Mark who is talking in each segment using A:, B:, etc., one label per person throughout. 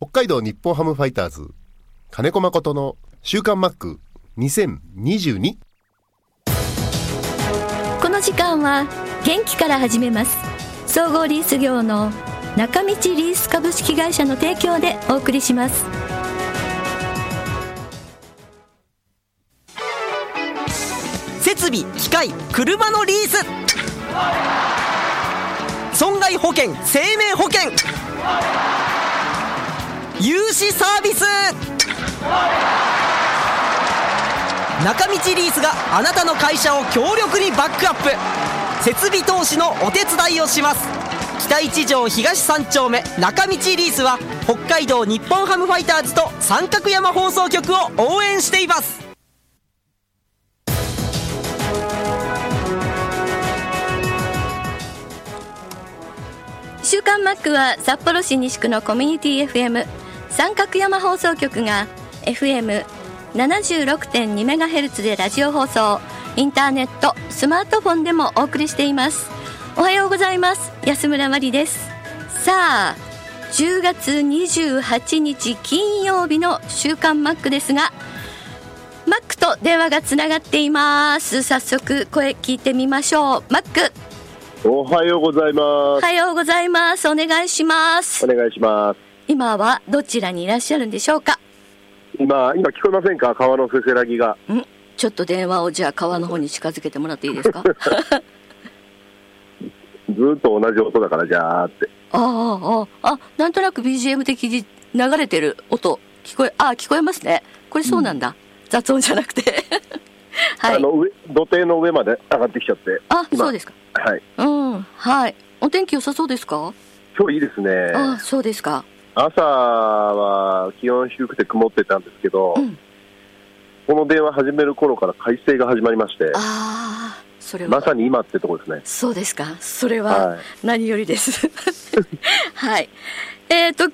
A: 北海道日本ハムファイターズ金子誠の週刊マック2022
B: この時間は元気から始めます総合リース業の中道リース株式会社の提供でお送りします
C: 設備機械車のリース損害保険生命保険融資サービス中道リースがあなたの会社を強力にバックアップ設備投資のお手伝いをします北一条東三丁目中道リースは北海道日本ハムファイターズと三角山放送局を応援しています
B: 週刊マックは札幌市西区のコミュニティ FM 三角山放送局が FM76.2MHz でラジオ放送インターネットスマートフォンでもお送りしていますおはようございます安村真理ですさあ10月28日金曜日の週刊マックですがマックと電話がつながっています早速声聞いてみましょうマック
D: おはようござい
B: お
D: ます。
B: はようございますお願いします
D: お願いします。
B: 今はどちらにいらっしゃるんでしょうか
D: 今、今聞こえませんか川のせせらぎが。
B: んちょっと電話をじゃあ川の方に近づけてもらっていい ですかあ
D: ずーっと同じ音だから、じゃーって。
B: ああああなんとなく BGM 的に流れてる音聞こえああ聞こえますねこれそうなんだ、雑音じゃなく ては
D: あ
B: い
D: の、上、土手の上まで上がってきちゃって。
B: あそうですすか
D: はい。
B: うんはいお天気良さそうですか、
D: 今日いいですね。
B: ああそうですか
D: 朝は気温低くて曇ってたんですけど、
B: うん
D: この電話始める頃から快晴が始まりまして、
B: ああそれは
D: まさに今ってとこですね。
B: そうですか。それ
D: は
B: はい何よりです。 はい。えっ、と、今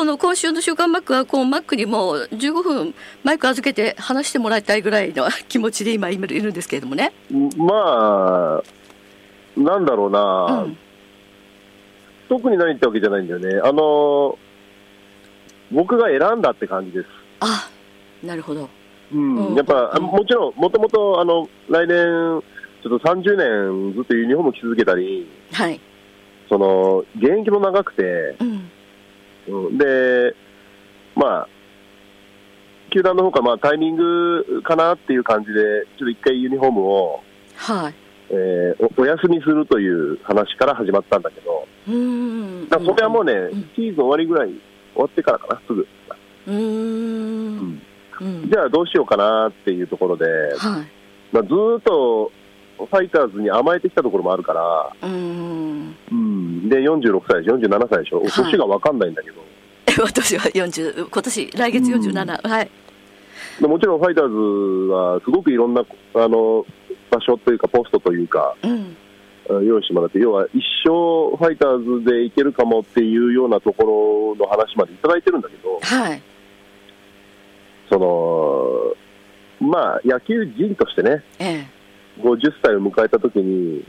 B: 日の今週の週刊マックは、こう、マックにもう15分マイク預けて話してもらいたいぐらいの気持ちで今いるいるんですけれどもね。
D: まあ、なんだろう
B: う
D: な、
B: ん。
D: 特に何ってわけじゃないんだよね。あの、僕が選んだって感じです。
B: あ、なるほど。
D: うんやっぱ、
B: うん
D: もちろん、もともと、あの、来年、ちょっと30年ずっとユニフォーム着続けたり、
B: はい。
D: その、現役も長くて、
B: うん。
D: うんで、まあ、球団の方から、まあ、タイミングかなっていう感じで、ちょっと一回ユニフォームを、
B: はい。
D: えーおお休みするという話から始まったんだけど、
B: うーん。
D: だからそれはもうね、
B: ん
D: シーズン終わりぐらい、終わってからかな、すぐ。
B: うーん。うん。
D: じゃあどうしようかなっていうところで、
B: はい。
D: まあ、ずーっと、ファイターズに甘えてきたところもあるから、
B: うーん。
D: うん、で46歳でしょ47歳でしょ、
B: はい
D: 年が分かんないんだけど、
B: 私は40、今年、来月47。はい。
D: でもちろんファイターズはすごくいろんなあの場所というか、ポストというか、
B: うん。
D: うん用意してもらって、要は一生ファイターズでいけるかもっていうようなところの話までいただいてるんだけど、
B: はい。
D: そのまあ、野球人としてね、
B: ええ。
D: 50歳を迎えたときに、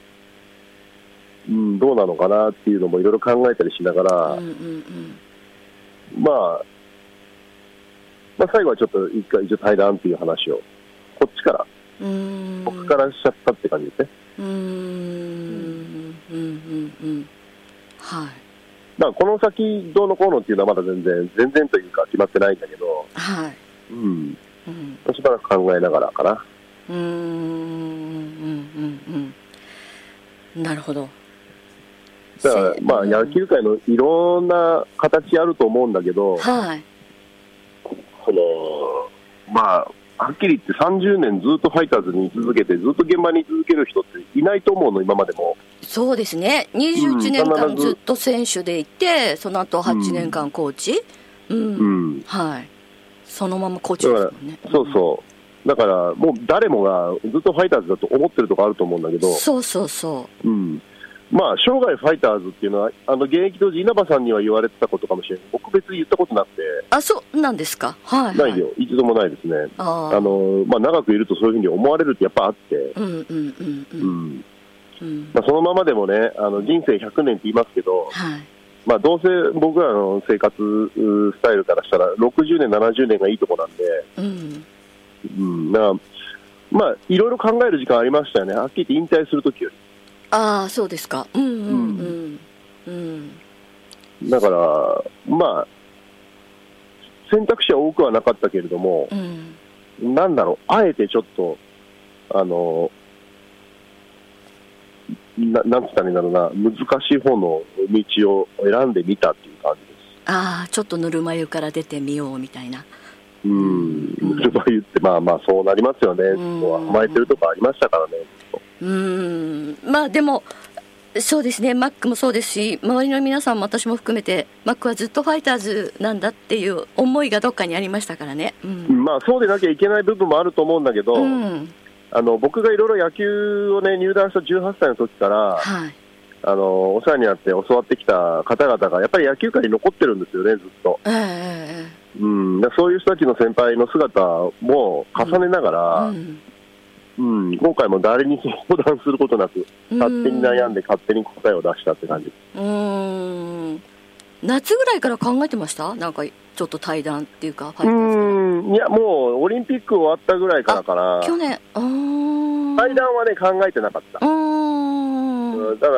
D: うん、どうなのかなっていうのもいろいろ考えたりしなが
B: う
D: ら
B: んう、んうん。
D: まあ、まあ、最後はちょっと一回、一応対談っていう話を、こっちから、
B: うーん
D: 僕からしちゃったって感じですね。
B: うーんうんうんうんはい
D: だからこの先どうのこうのっていうのはまだ全然、全然というか決まってないんだけど、
B: はい
D: うん、
B: うん
D: しばらく考えながらかな。
B: うーんうんうんうんなるほど
D: だから
B: せ、
D: まあ、野球界のいろんな形あると思うんだけど、
B: はい
D: その、まあ、はっきり言って30年ずっとファイターズに居続けて、ずっと現場に居続ける人っていないと思うの、今までも。
B: そうですね21年
D: う
B: 間
D: ん
B: ずっと選手でいてその後8年間コーチうん、
D: うん。
B: はいそのままコーチですもんね
D: そうそう。だから、もう誰もがずっとファイターズだと思ってるとこあると思うんだけど、
B: そうそうそ
D: うん。まあ、生涯ファイターズっていうのは、あの、現役当時稲葉さんには言われてたことかもしれない。僕別に言ったことなく
B: うあそうなんですかはい、
D: て、な
B: はい、
D: いよ。一度もないですね。
B: あ
D: あ
B: あ
D: の、まあ、長くいるとそういうふうに思われるってやっぱあって、
B: うんうんうんう
D: うんん。
B: うん
D: まあ、そのままでもね、あの、人生100年って言いますけど、
B: はい
D: まあ、どうせ僕らの生活うスタイルからしたら、60年、70年がいいとこなんで、
B: うん
D: うん、なまあ、いろいろ考える時間ありましたよね、はっきり言って引退するときよ
B: ああそうですかうんうんうんうん
D: り。だから、まあ、選択肢は多くはなかったけれども、
B: うん
D: なんだろう、あえてちょっと、あの、ななんつったらいいんだろうな、難しい方の道を選んでみたっていう感じです。
B: ああちょっとぬるま湯から出てみようみたいな
D: うん、そば言って、まあまあ、そうなりますよね、
B: ん
D: そこは甘えてるとこありましたからね、
B: うーんまあでもそうですねマックもそうですし周りの皆さんも私も含めてマックはずっとファイターズなんだっていう思いがどっかにありましたからねうん、
D: まあ、そうでなきゃいけない部分もあると思うんだけど、
B: うん、
D: あの僕がいろいろ野球を、ね、入団した18歳の時から
B: はい
D: あの、お世話になって教わってきた方々が、やっぱり野球界に残ってるんですよね、ずっと。
B: ええ
D: うん、だからそういう人たちの先輩の姿も重ねなが
B: ええ
D: ら、うん今回も誰に相談することなく、
B: うん
D: 勝手に悩んで、勝手に答えを出したって感じ。
B: うんうーん夏ぐらいから考えてましたなんかちょっと対談っていうかファイ
D: う
B: ターズ
D: ん、いや、もうオリンピック終わったぐらいからから。
B: 去年あー
D: 階段はね、考えてなかった。
B: うーん
D: うんだか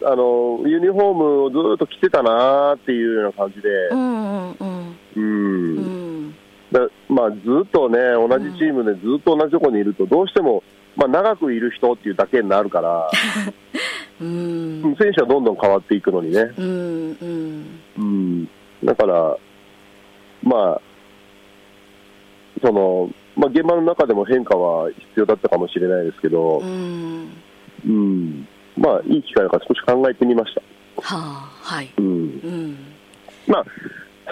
D: ら、あの、ユニフォームをずっと着てたなーっていうような感じで、
B: うんうん
D: う。
B: うんうんん
D: だまあ、ずっとね、同じチームでずっと同じとこにいると、どうしても、まあ、長くいる人っていうだけにな るから、
B: うん
D: うん選手はどんどん変わっていくのにね。
B: うんうん
D: うん。だから、まあ、その、まあ、現場の中でも変化は必要だったかもしれないですけど
B: う、ん
D: うん。まあ、いい機会だから少し考えてみました。
B: はあはい
D: うん。
B: うん
D: まあ、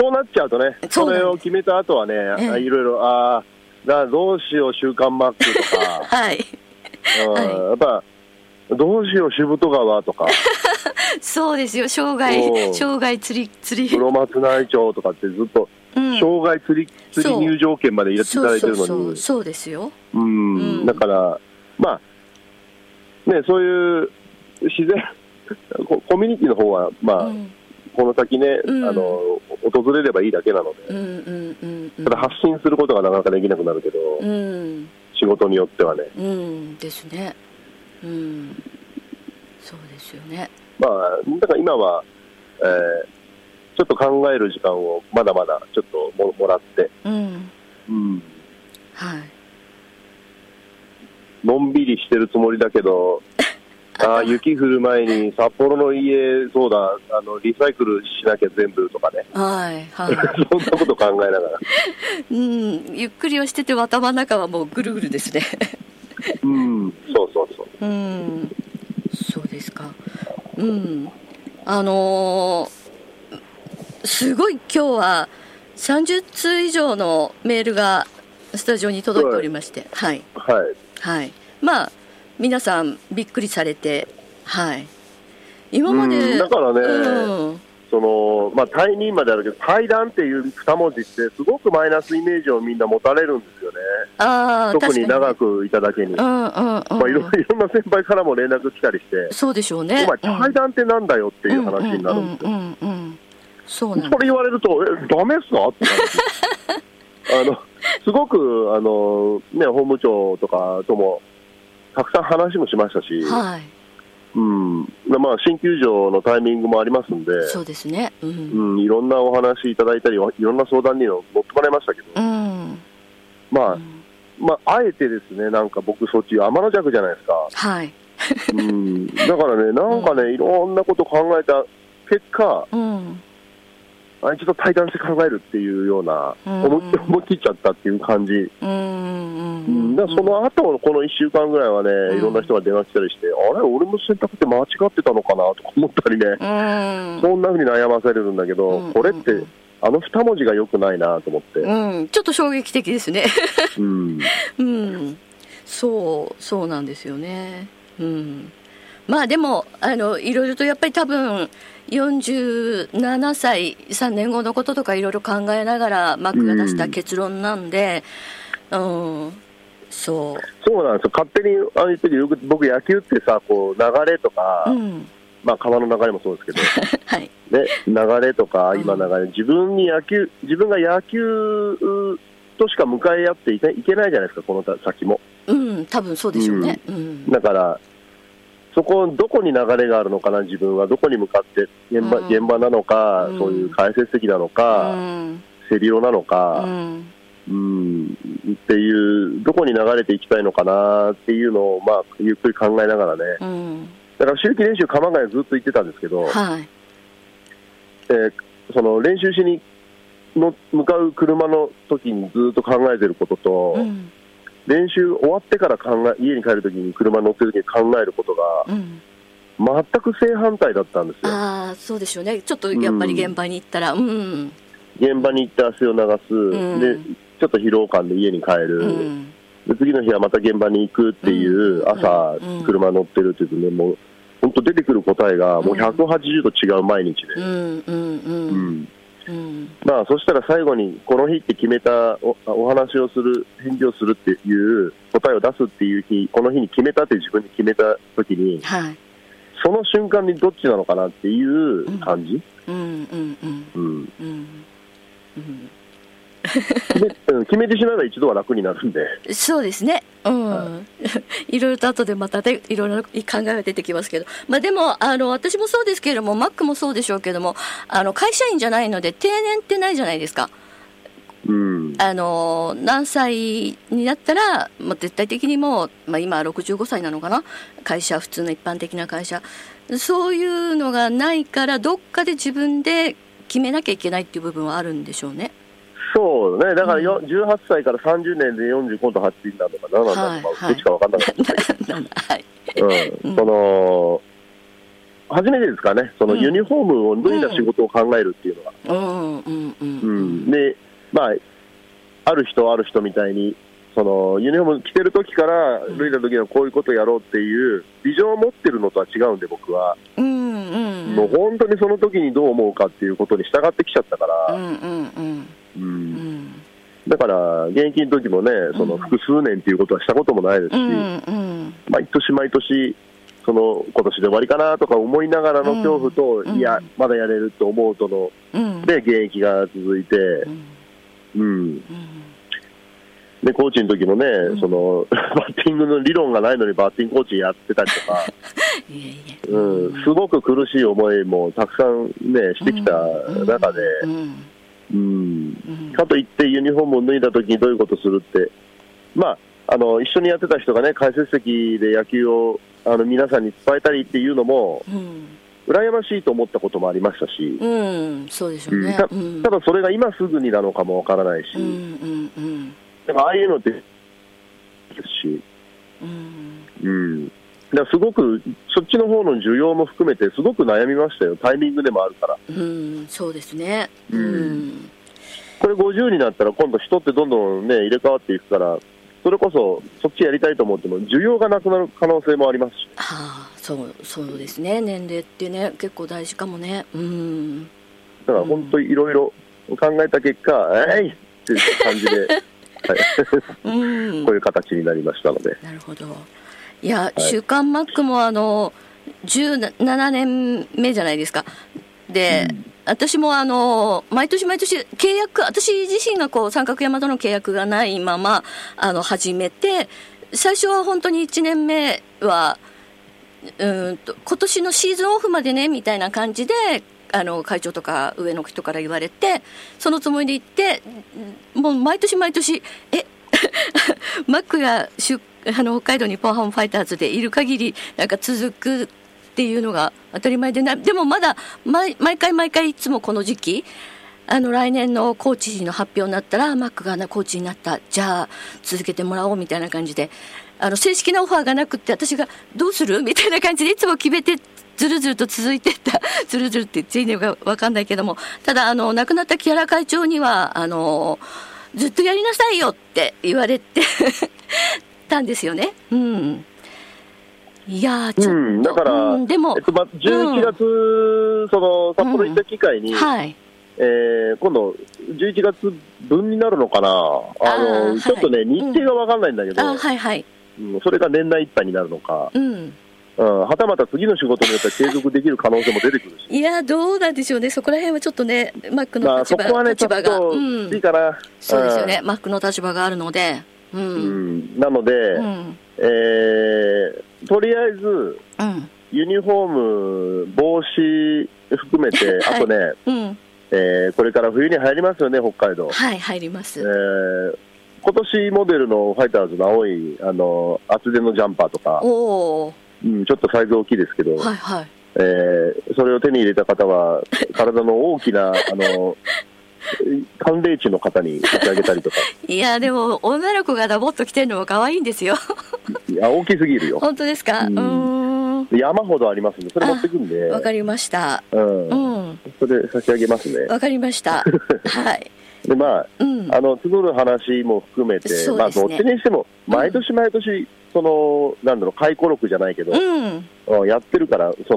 D: そうなっちゃうとね、
B: そう
D: そ
B: なんです
D: れを決めた後はね、
B: ええ
D: あいろいろ、ああ、だどうしよう、週刊マックとか、
B: はい
D: うん
B: はい
D: やっぱ、どうしよう、渋戸 川とか、
B: そうですよ生涯
D: おう
B: 生涯釣り釣り
D: 室松内町とかってずっと、
B: うん
D: 障害釣り釣り
B: そう
D: 入場券まで入れていただいてるの
B: そうそうそう
D: に、
B: そうですよ
D: うん
B: うん
D: だから、まあ、ね、そういう自然、ココミュニティの方は、まあ、
B: うん
D: この先ね、
B: うん
D: あの、訪れればいいだけなので、
B: うんうんうんうん
D: ただ発信することがなかなかできなくなるけど、
B: うん
D: 仕事によってはね。
B: うんですねうんそうですよね
D: まあ、だから今は、えーちょっと考える時間をまだまだちょっとももらって、
B: うん
D: うん、
B: はい
D: のんびりしてるつもりだけど、 あー雪降る前に札幌の家、そうだ、あのリサイクルしなきゃ全部と かね、
B: はいは
D: そんなこと考え
B: い、
D: ながら、
B: うん、ゆっくりはしてても頭の中はもうぐるぐるですね
D: うん、そうそうそう。
B: うん、そうですか。うん、あのーすごい今日は30通以上のメールがスタジオに届いておりまして、はい、
D: はい、
B: はい、まあ皆さんびっくりされて、はい、今ま
D: う
B: で
D: んだからね
B: うん、
D: そのまあ、退任まであるけど、対談っていう2文字って、すごくマイナスイメージをみんな持たれるんですよね、
B: ああ、
D: 特に長
B: く、
D: くいただけに、
B: う
D: ま
B: んうんうん、
D: あ、いろいろんな先輩からも連絡来たりして、
B: そうでしょうね。
D: お前、対談ってなんだよって
B: て
D: いう話になるんです
B: うん
D: よ。
B: うんうんうん、そうなん
D: それ
B: だ。
D: 言われると、え、ダメっすかってな るあの、すごく、あの、ね、法務長とかとも、たくさん話もしましたし、
B: はい、
D: うん。でまあ、新球場のタイミングもありますんで、
B: そうですね。うん、
D: うん、いろんなお話いただいたり、いろんな相談にも乗ってもらいましたけど、
B: うん、
D: まあ、まあ、あえてですね、なんか僕、そっち、天の弱じゃないですか。
B: はい、
D: うん。だからね、なんかね、いろんなこと考えた結果、
B: うん。
D: あ一度対談して考えるっていうような、
B: うん
D: 思いっきり思い切っちゃったっていう感じ、
B: う
D: うんん、
B: う
D: だ
B: ん
D: からその後のこの1週間ぐらいはね、
B: ん
D: いろんな人が電話来たりして、あれ、俺の選択って間違ってたのかなとか思ったりね、
B: うん
D: そんなふうに悩まされるんだけど、
B: うん
D: これって、あの2文字が良くないなと思って、
B: うん、ちょっと衝撃的ですね
D: うん、
B: うんそうそうなんですよねうんまあでもあのいろいろとやっぱり多分47歳3年後のこととかいろいろ考えながらマックが出した結論なんでうん、そ
D: そうなんですよ、勝手にあの言ってるよく僕、野球ってさ、こう流れとか、
B: ううん
D: まあ、川の流れもそうですけど、
B: はい。
D: ね、流れとか、今流れ、自分に野球、自分が野球としか向かい合っていけいけないじゃないですか、このた先も。
B: うん、多分そうでしょうね。うん。
D: だから、そこ、どこに流れがあるのかな、自分は、どこに向かって、現場,、
B: うん
D: 現場なのか、
B: うん
D: そういう解説席なのか、
B: ん。
D: セリオなの
B: う
D: か、
B: ん。
D: うん、っていう、どこに流れていきたいのかなっていうのを、まあ、ゆっくり考えながらね、
B: うん。
D: だから、秋季練習、鎌ヶ谷ずっと行ってたんですけど、
B: はい。
D: えーその練習しにの向かう車の時にずっと考えてることと、
B: うん。
D: 練習終わってから考え家に帰る時に車乗ってる時に考えることが
B: うん。
D: 全く正反対だったんですよ
B: ああ、そうでしょうね。ちょっとやっぱり現場に行ったら、うん。
D: 現場に行って汗を流す、
B: うん
D: でちょっと疲労感で家に帰る、
B: うん。
D: で次の日はまた現場に行くっていう
B: うん
D: 朝、
B: うん
D: 車乗ってるっていうねもう本当出てくる答えがもう180度違う毎日
B: う
D: で、
B: ん。うん。
D: う
B: うん。
D: ん
B: うん。
D: まあ、そしたら最後に、この日って決めたおお話をする、返事をするっていう、答えを出すっていう日、この日に決めたって自分で決めたときに、
B: はい。
D: その瞬間にどっちなのかなっていう感じ、
B: うん。うん。うん。う
D: うん
B: ん。うん。
D: でうん決めてしまえば一度は楽になるんで、
B: そうですね。うん。いろいろと後でまたでいろいろな考えが出てきますけど。まあでも、あの、私もそうですけれども、マックもそうでしょうけども、あの、会社員じゃないので、定年ってないじゃないですか。
D: うん、
B: あの、何歳になったら、まあ絶対的にもう、まあ今65歳なのかな会社、普通の一般的な会社。そういうのがないから、どっかで自分で決めなきゃいけないっていう部分はあるんでしょう ね。
D: そうね、だからよ18歳から30年で40、今度8になるのかな、なんだろうま
B: は
D: あ
B: い
D: どっちか分かんなかったけ
B: はい。
D: ど、うんその、初めてですかね、そのユニフォームを脱いだ仕事を考えるっていうのが。
B: うん、うん、うん。
D: うん、で、まあ、ある人ある人みたいに、そのユニフォーム着てる時から、脱いだ時のこういうことやろうっていう、ビジョンを持ってるのとは違うんで、僕は、
B: うん、うん。
D: もう本当にその時にどう思うかっていうことに従ってきちゃったか
B: う
D: ら、
B: んうんうん
D: う、
B: うんん
D: だから、現役の時もね、その複数年っていうことはしたこともないですし、
B: うんうん
D: 毎年毎年、その今年で終わりかなとか思いながらの恐怖と、
B: うん
D: いや
B: うん、
D: まだやれると思うとの、
B: うん
D: で、現役が続いて、
B: うん
D: うん、
B: うん
D: で、コーチの時もね、
B: ん
D: その、 バッティングの理論がないのにバッティングコーチやってたりとか、
B: いえいえ
D: うん、すごく苦しい思いもたくさんね、してきた中で、
B: うん
D: うん、
B: うん
D: かといってユニフォームを脱いだ時にどういうことするって、まあ、あの、一緒にやってた人がね、解説席で野球を、あの、皆さんに伝えたりっていうのも、
B: うん
D: 羨ましいと思ったこともありましたし、
B: うんそうでしょう
D: うん
B: ね
D: た
B: うん
D: ただそれが今すぐになのかもわからないし、
B: うんうんうん
D: でもああいうのって、ですし、
B: うん
D: うん、だからすごくそっちの方の需要も含めてすごく悩みましたよタイミングでもあるから
B: うんそうですね
D: う
B: うんん
D: これ50になったら今度人ってどんどんね入れ替わっていくからそれこそそっちやりたいと思っても需要がなくなる可能性もありますし、
B: はあそうそうですね年齢ってね結構大事かもねうん
D: だから本当にいろいろ考えた結果、えいっていう感じで、はい、
B: うん
D: こういう形になりましたので、
B: なるほど。いや、週刊マックもあの、17年目じゃないですか。で、私もあの、毎年毎年契約、私自身がこう、三角山との契約がないまま、あの、始めて、最初は本当に1年目は、うーんと今年のシーズンオフまでねみたいな感じであの会長とか上の人から言われてそのつもりで行ってもう毎年毎年え マックがしゅあの北海道日本ハムファイターズでいる限りなんか続くっていうのが当たり前でないでもまだ毎毎回毎回いつもこの時期あの来年のコーチの発表になったらマックがなコーチになったじゃあ続けてもらおうみたいな感じであの正式なオファーがなくって私がどうするみたいな感じでいつも決めてずるずると続いてった ずるずるって言っていいのか分かんないけどもただあの亡くなった木原会長にはあのずっとやりなさいよって言われてたんですよね。うんいやーちょっと、
D: うん、だから、
B: うんでも
D: えっ、とま、11月、その札幌行った機会に、
B: はい、
D: えー今度、11月分になるのかな、あの
B: はい
D: ちょっとね、
B: うん
D: 日程が分かんないんだけど、
B: あはいはい
D: うんそれが年内いっぱいになるのか、
B: うん
D: うん、はたまた次の仕事によっては継続できる可能性も出てくるし、
B: いや、どうなんでしょうね、そこら辺はちょっとね、マック
D: ま
B: の
D: あ、
B: 立
D: そ
B: 場,、
D: こはね、ちょ
B: 立
D: っ
B: 場が、
D: と
B: うん
D: いいかな、
B: そうですよね、マックの立場があるので、う、
D: うんん、なので、
B: うん、
D: えーとりあえず、
B: うん、
D: ユニフォーム、帽子含めて、あとね、
B: うん、
D: えーこれから冬に入りますよね、北海道。
B: はい、入りま
D: え
B: す。
D: ー今年モデルのファイターズの青いあの厚手のジャンパーとか、
B: おお、
D: うん、ちょっとサイズ大きいですけど、
B: はいはい。
D: えーそれを手に入れた方は、体の大きな、 あの、寒冷地の方に差し上げたりとか、
B: いや、でも、女の子がダボっと着てるのも可愛いんですよ。
D: いや、大きすぎるよ。
B: 本当ですかう
D: うん
B: ーん。
D: 山ほどありますんで、それ持ってくんで、
B: わかりました。
D: うん
B: う、ん。
D: それ差し上げますね。
B: わかりま した。はい。
D: で、まあ、
B: うん。
D: あの集う話も含めて、
B: そう
D: ま
B: で
D: あ、
B: すね
D: どっちにしても、毎年毎年、その、なんだろう、回顧録じゃないけど、
B: うん。
D: うんやってるから、そ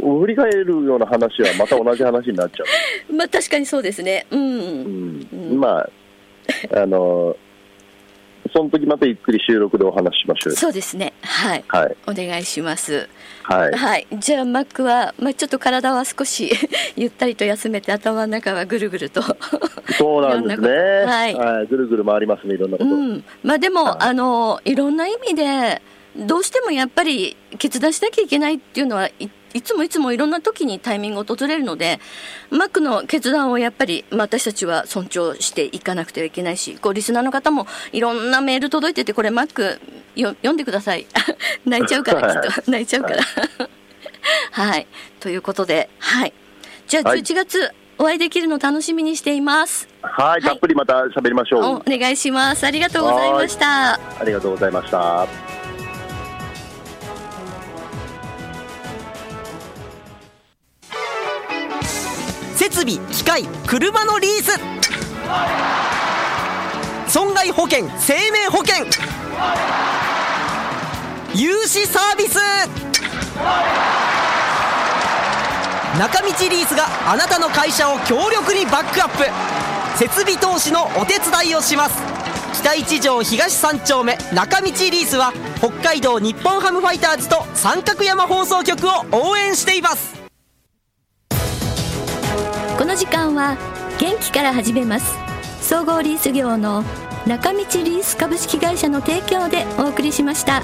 D: の、振り返るような話はまた同じ話になっちゃ
B: まあ、確かにそうですね。う。
D: う。うんん
B: うん
D: まあ、あの、その時またゆっくり収録でお話ししましょうよ。
B: そうですね。はい。
D: はい。
B: お願いします。
D: はい。
B: はい。じゃあ、マックは、まあ、ちょっと体は少し ゆったりと休めて、頭の中はぐるぐると。
D: そうなんで
B: いろんな
D: すね。
B: こと
D: はい。ぐるぐる回りますね、いろんなこ
B: う
D: と。
B: ん。まあ、で
D: はい
B: も、あの、いろんな意味で、どうしてもやっぱり決断しなきゃいけないっていうのはい、いつもいつもいろんな時にタイミングを訪れるので、マックの決断をやっぱり、まあ、私たちは尊重していかなくてはいけないし、こう、リスナーの方もいろんなメール届いてて、これマックよ読んでください。 泣いちゃうから、きっと。 泣いちゃうから。はい。ということで、はい。じゃあ、
D: はい
B: 11月、お会いできるの楽しみにしています。
D: はい。たっぷりまた喋りましょう。
B: おお願いします。ありがとうございました。
D: ありがとうございました。
C: 設備機械車のリース損害保険生命保険融資サービス中道リースがあなたの会社を強力にバックアップ設備投資のお手伝いをします北一条東三丁目中道リースは北海道日本ハムファイターズと三角山放送局を応援しています
B: この時間は元気から始めます総合リース業の中道リース株式会社の提供でお送りしました。